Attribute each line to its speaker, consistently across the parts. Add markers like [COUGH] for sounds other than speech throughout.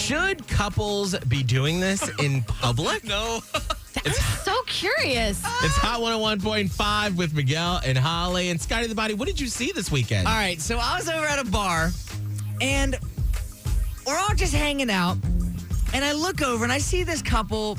Speaker 1: Should couples be doing this in public?
Speaker 2: [LAUGHS] No.
Speaker 3: I'm so
Speaker 2: [LAUGHS]
Speaker 3: curious.
Speaker 2: Uh,
Speaker 1: It's Hot 101.5 with Miguel and Holly and Scotty the Body. What did you see this weekend?
Speaker 2: All right, so I was over at a bar and we're all just hanging out. And I look over and I see this couple,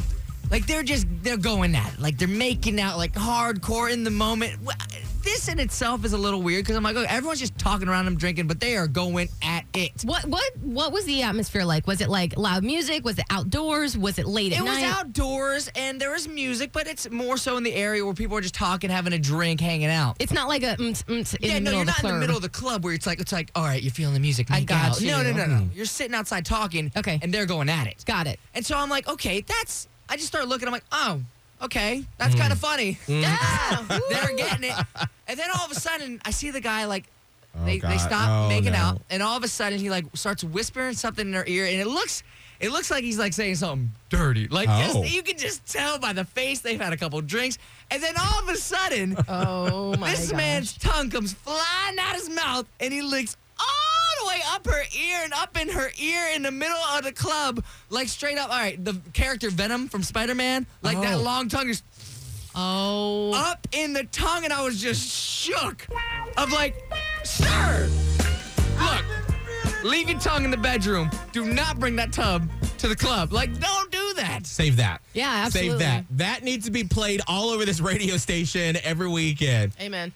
Speaker 2: like they're just, they're going at it. Like they're making out, like hardcore in the moment. Wh- This in itself is a little weird because I'm like, oh, everyone's just talking around them drinking, but they are going at it.
Speaker 3: What what what was the atmosphere like? Was it like loud music? Was it outdoors? Was it late at
Speaker 2: It was
Speaker 3: night?
Speaker 2: outdoors and there was music, but it's more so in the area where people are just talking, having a drink, hanging out.
Speaker 3: It's not like a mm, mm, in
Speaker 2: yeah,
Speaker 3: the middle
Speaker 2: no, you're
Speaker 3: of the
Speaker 2: not in the
Speaker 3: club.
Speaker 2: middle of the club where it's like it's like, all right, you're feeling the music.
Speaker 3: I
Speaker 2: make
Speaker 3: got
Speaker 2: out. No, no,
Speaker 3: you. Mm.
Speaker 2: no, no. You're sitting outside talking.
Speaker 3: Okay.
Speaker 2: and they're going at it.
Speaker 3: Got it.
Speaker 2: And so I'm like, okay, that's. I just started looking. I'm like, oh, okay, that's
Speaker 3: Mm.
Speaker 2: kind of funny.
Speaker 3: [LAUGHS] Ah,
Speaker 2: [LAUGHS] they're getting it. And then all of a sudden, I see the guy like. They, they
Speaker 1: God.
Speaker 2: stop
Speaker 1: Oh,
Speaker 2: making
Speaker 1: no.
Speaker 2: out, and all of a sudden he like starts whispering something in her ear, and it looks, it looks like he's like saying something dirty. Like
Speaker 1: Oh.
Speaker 2: just, you can just tell by the face they've had a couple drinks, and then all of a sudden
Speaker 3: [LAUGHS] oh my
Speaker 2: this
Speaker 3: gosh.
Speaker 2: man's tongue comes flying out his mouth and he licks all the way up her ear and up in her ear in the middle of the club, like straight up. All right, the character Venom from Spider Man, like that
Speaker 1: Oh.
Speaker 2: long tongue is
Speaker 3: Oh.
Speaker 2: up in the tongue, and I was just shook of like, sir, look, leave your tongue in the bedroom. Do not bring that tub to the club. Like, don't do that.
Speaker 1: Save that.
Speaker 3: Yeah,
Speaker 1: Save
Speaker 3: absolutely.
Speaker 1: that. That needs to be played all over this radio station every weekend.
Speaker 3: Amen.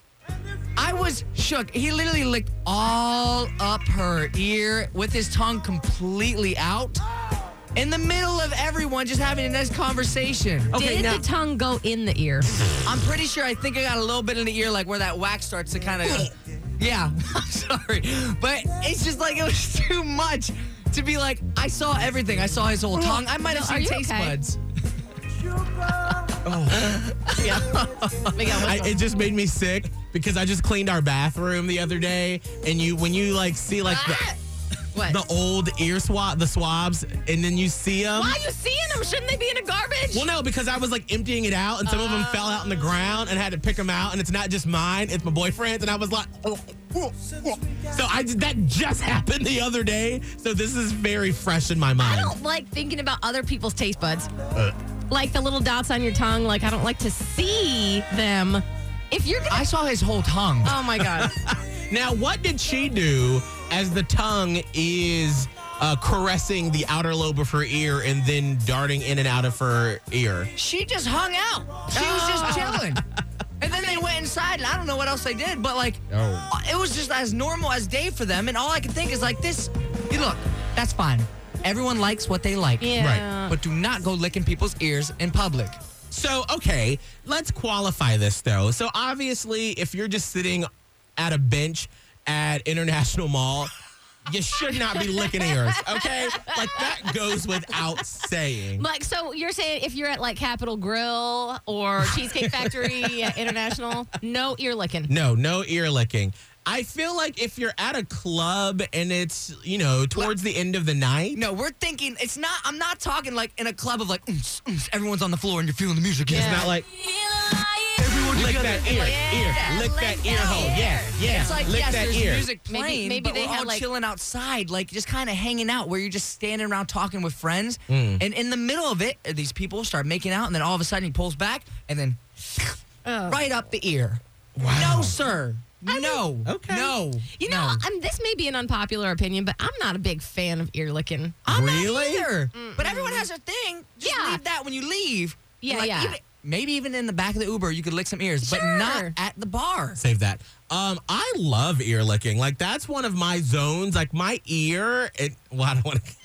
Speaker 2: I was shook. He literally licked all up her ear with his tongue completely out in the middle of everyone just having a nice conversation.
Speaker 3: Did the tongue go in the
Speaker 2: [LAUGHS]
Speaker 3: ear?
Speaker 2: I'm pretty sure I think I got a little bit in the ear, like where that wax starts to kind
Speaker 3: [LAUGHS]
Speaker 2: of. Yeah, [LAUGHS] I'm sorry. But it's just like it was [LAUGHS] too much to be like, I saw everything. I saw his whole tongue. I might have
Speaker 3: Are
Speaker 2: seen
Speaker 3: you
Speaker 2: taste
Speaker 3: okay?
Speaker 2: buds.
Speaker 3: Miguel, Oh
Speaker 1: I, it just made me sick because I just cleaned our bathroom the other day, and you when you like see like the,
Speaker 3: what?
Speaker 1: the old ear swab, the swabs, and then you see them.
Speaker 3: Why are you seeing them? Shouldn't they be in a garbage?
Speaker 1: Well, no, because I was like emptying it out, and some of them fell out on the ground, and I had to pick them out. And it's not just mine; it's my boyfriend's. And I was like, oh, oh, oh. so I just- that just [LAUGHS] happened the other day. So this is very fresh in my
Speaker 3: I
Speaker 1: mind.
Speaker 3: don't like thinking about other people's taste buds.
Speaker 2: Uh.
Speaker 3: Like the little dots on your tongue. Like I don't like to see them. If you're gonna,
Speaker 2: I saw his whole tongue.
Speaker 3: oh my
Speaker 2: [LAUGHS]
Speaker 3: god,
Speaker 1: Now, what did she do as the tongue is uh, caressing the outer lobe of her ear and then darting in and out of her ear?
Speaker 2: She just hung out. She was [LAUGHS] just chilling. And then they went inside, and I don't know what else they did, but like,
Speaker 1: Oh.
Speaker 2: it was just as normal as day for them. And all I could think is like, this, you look, that's fine. Everyone likes what they like.
Speaker 3: yeah.
Speaker 2: But do not go licking people's ears in public.
Speaker 1: So, okay, let's qualify this though. So, obviously, if you're just sitting at a bench at International Mall, you should not be licking ears, okay? Like, that goes without saying.
Speaker 3: Like so, you're saying if you're at like Capitol Grill or Cheesecake Factory at International, no ear licking.
Speaker 1: No, no ear licking. I feel like if you're at a club and it's, you know, towards the end of the night,
Speaker 2: No, we're thinking, it's not, I'm not talking like in a club of like, "Oomps, oomps," everyone's on the floor and you're feeling the music.
Speaker 1: it's
Speaker 3: Yeah.
Speaker 1: not like,
Speaker 2: Everyone
Speaker 1: lick
Speaker 2: together.
Speaker 1: that ear,
Speaker 3: Yeah,
Speaker 1: ear, lick that ear hole. Yeah, yeah.
Speaker 2: It's like,
Speaker 1: lick
Speaker 2: yes,
Speaker 1: that
Speaker 2: there's
Speaker 1: ear.
Speaker 2: music playing,
Speaker 3: Maybe- maybe
Speaker 2: but
Speaker 3: they
Speaker 2: we're
Speaker 3: had,
Speaker 2: all
Speaker 3: like-
Speaker 2: chilling outside, like just kind of hanging out, where you're just standing around talking with friends.
Speaker 1: Hmm.
Speaker 2: And in the middle of it, these people start making out, and then all of a sudden he pulls back, and then
Speaker 1: Oh.
Speaker 3: Ugh.
Speaker 2: right up the ear.
Speaker 1: Wow.
Speaker 2: No, sir. no.
Speaker 1: Okay.
Speaker 2: No.
Speaker 3: You know,
Speaker 2: no.
Speaker 3: I'm, this may be an unpopular opinion, but I'm not a big fan of ear licking.
Speaker 2: I'm not
Speaker 1: Really?
Speaker 2: either. But everyone has their thing. Just
Speaker 3: Yeah.
Speaker 2: leave that when you leave.
Speaker 3: Yeah, yeah.
Speaker 2: even- maybe even in the back of the Uber, you could lick some ears, but
Speaker 3: Sure.
Speaker 2: not at the bar.
Speaker 1: Save that. Um, I love ear licking. Like that's one of my zones. Like my ear. It, well, I don't [LAUGHS] want to.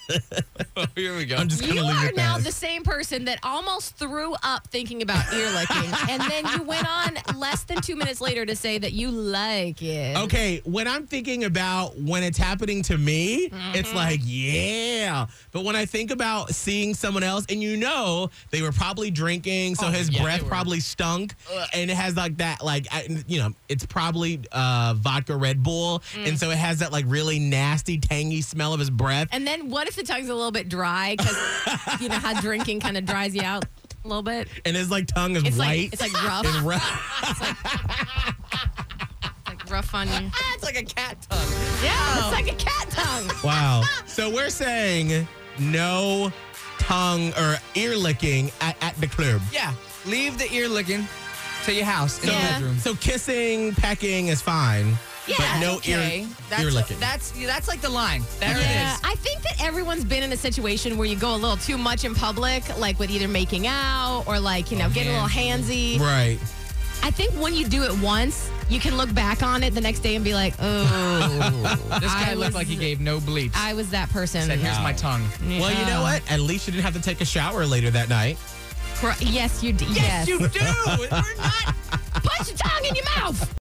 Speaker 2: Oh, Here we go.
Speaker 1: I'm just gonna
Speaker 3: You
Speaker 1: leave
Speaker 3: are
Speaker 1: it at
Speaker 3: now
Speaker 1: that.
Speaker 3: the same person that almost threw up thinking about ear licking, and then you went on less than two minutes later to say that you like it.
Speaker 1: Okay, when I'm thinking about when it's happening to me, it's
Speaker 2: Mm-hmm.
Speaker 1: like, yeah. But when I think about seeing someone else, and you know they were probably drinking, so
Speaker 2: Oh,
Speaker 1: his
Speaker 2: yeah, they
Speaker 1: breath
Speaker 2: were.
Speaker 1: probably stunk, and it has like that, like I, you know, it's probably uh, vodka Red Bull,
Speaker 2: Mm.
Speaker 1: and so it has that like really nasty, tangy smell of his breath.
Speaker 3: And then what if the tongue's a little bit dry because you know how drinking kind of dries you out a little bit?
Speaker 1: and his like tongue is
Speaker 3: It's
Speaker 1: white [LAUGHS]
Speaker 3: like
Speaker 2: [LAUGHS]
Speaker 3: it's like rough,
Speaker 1: and rough.
Speaker 3: like rough on you.
Speaker 2: That's like a cat tongue. [LAUGHS]
Speaker 3: Yeah, it's like a cat tongue.
Speaker 1: Wow. So we're saying no tongue or ear licking at, at the club.
Speaker 2: Yeah. Leave the ear licking to your house in
Speaker 3: Yeah.
Speaker 2: the bedroom.
Speaker 1: So kissing, pecking is fine.
Speaker 3: Yeah,
Speaker 1: but no
Speaker 2: Okay.
Speaker 1: ear,
Speaker 2: That's,
Speaker 1: ear licking.
Speaker 2: That's that's like the line. There it
Speaker 3: Yeah,
Speaker 2: is.
Speaker 3: I think that everyone's been in a situation where you go a little too much in public, like with either making out or like, you know, getting a little handsy.
Speaker 1: right.
Speaker 3: I think when you do it once, you can look back on it the next day and be like, oh,
Speaker 2: This guy
Speaker 3: I
Speaker 2: looked
Speaker 3: was-
Speaker 2: like he gave no bleeps.
Speaker 3: I was that person.
Speaker 2: Said, here's my tongue.
Speaker 1: Well, you know what? At least you didn't have to take a shower later that night.
Speaker 3: Cr- Yes, you did. [LAUGHS]
Speaker 2: Yes, you do. We're not
Speaker 3: Put your tongue in your mouth.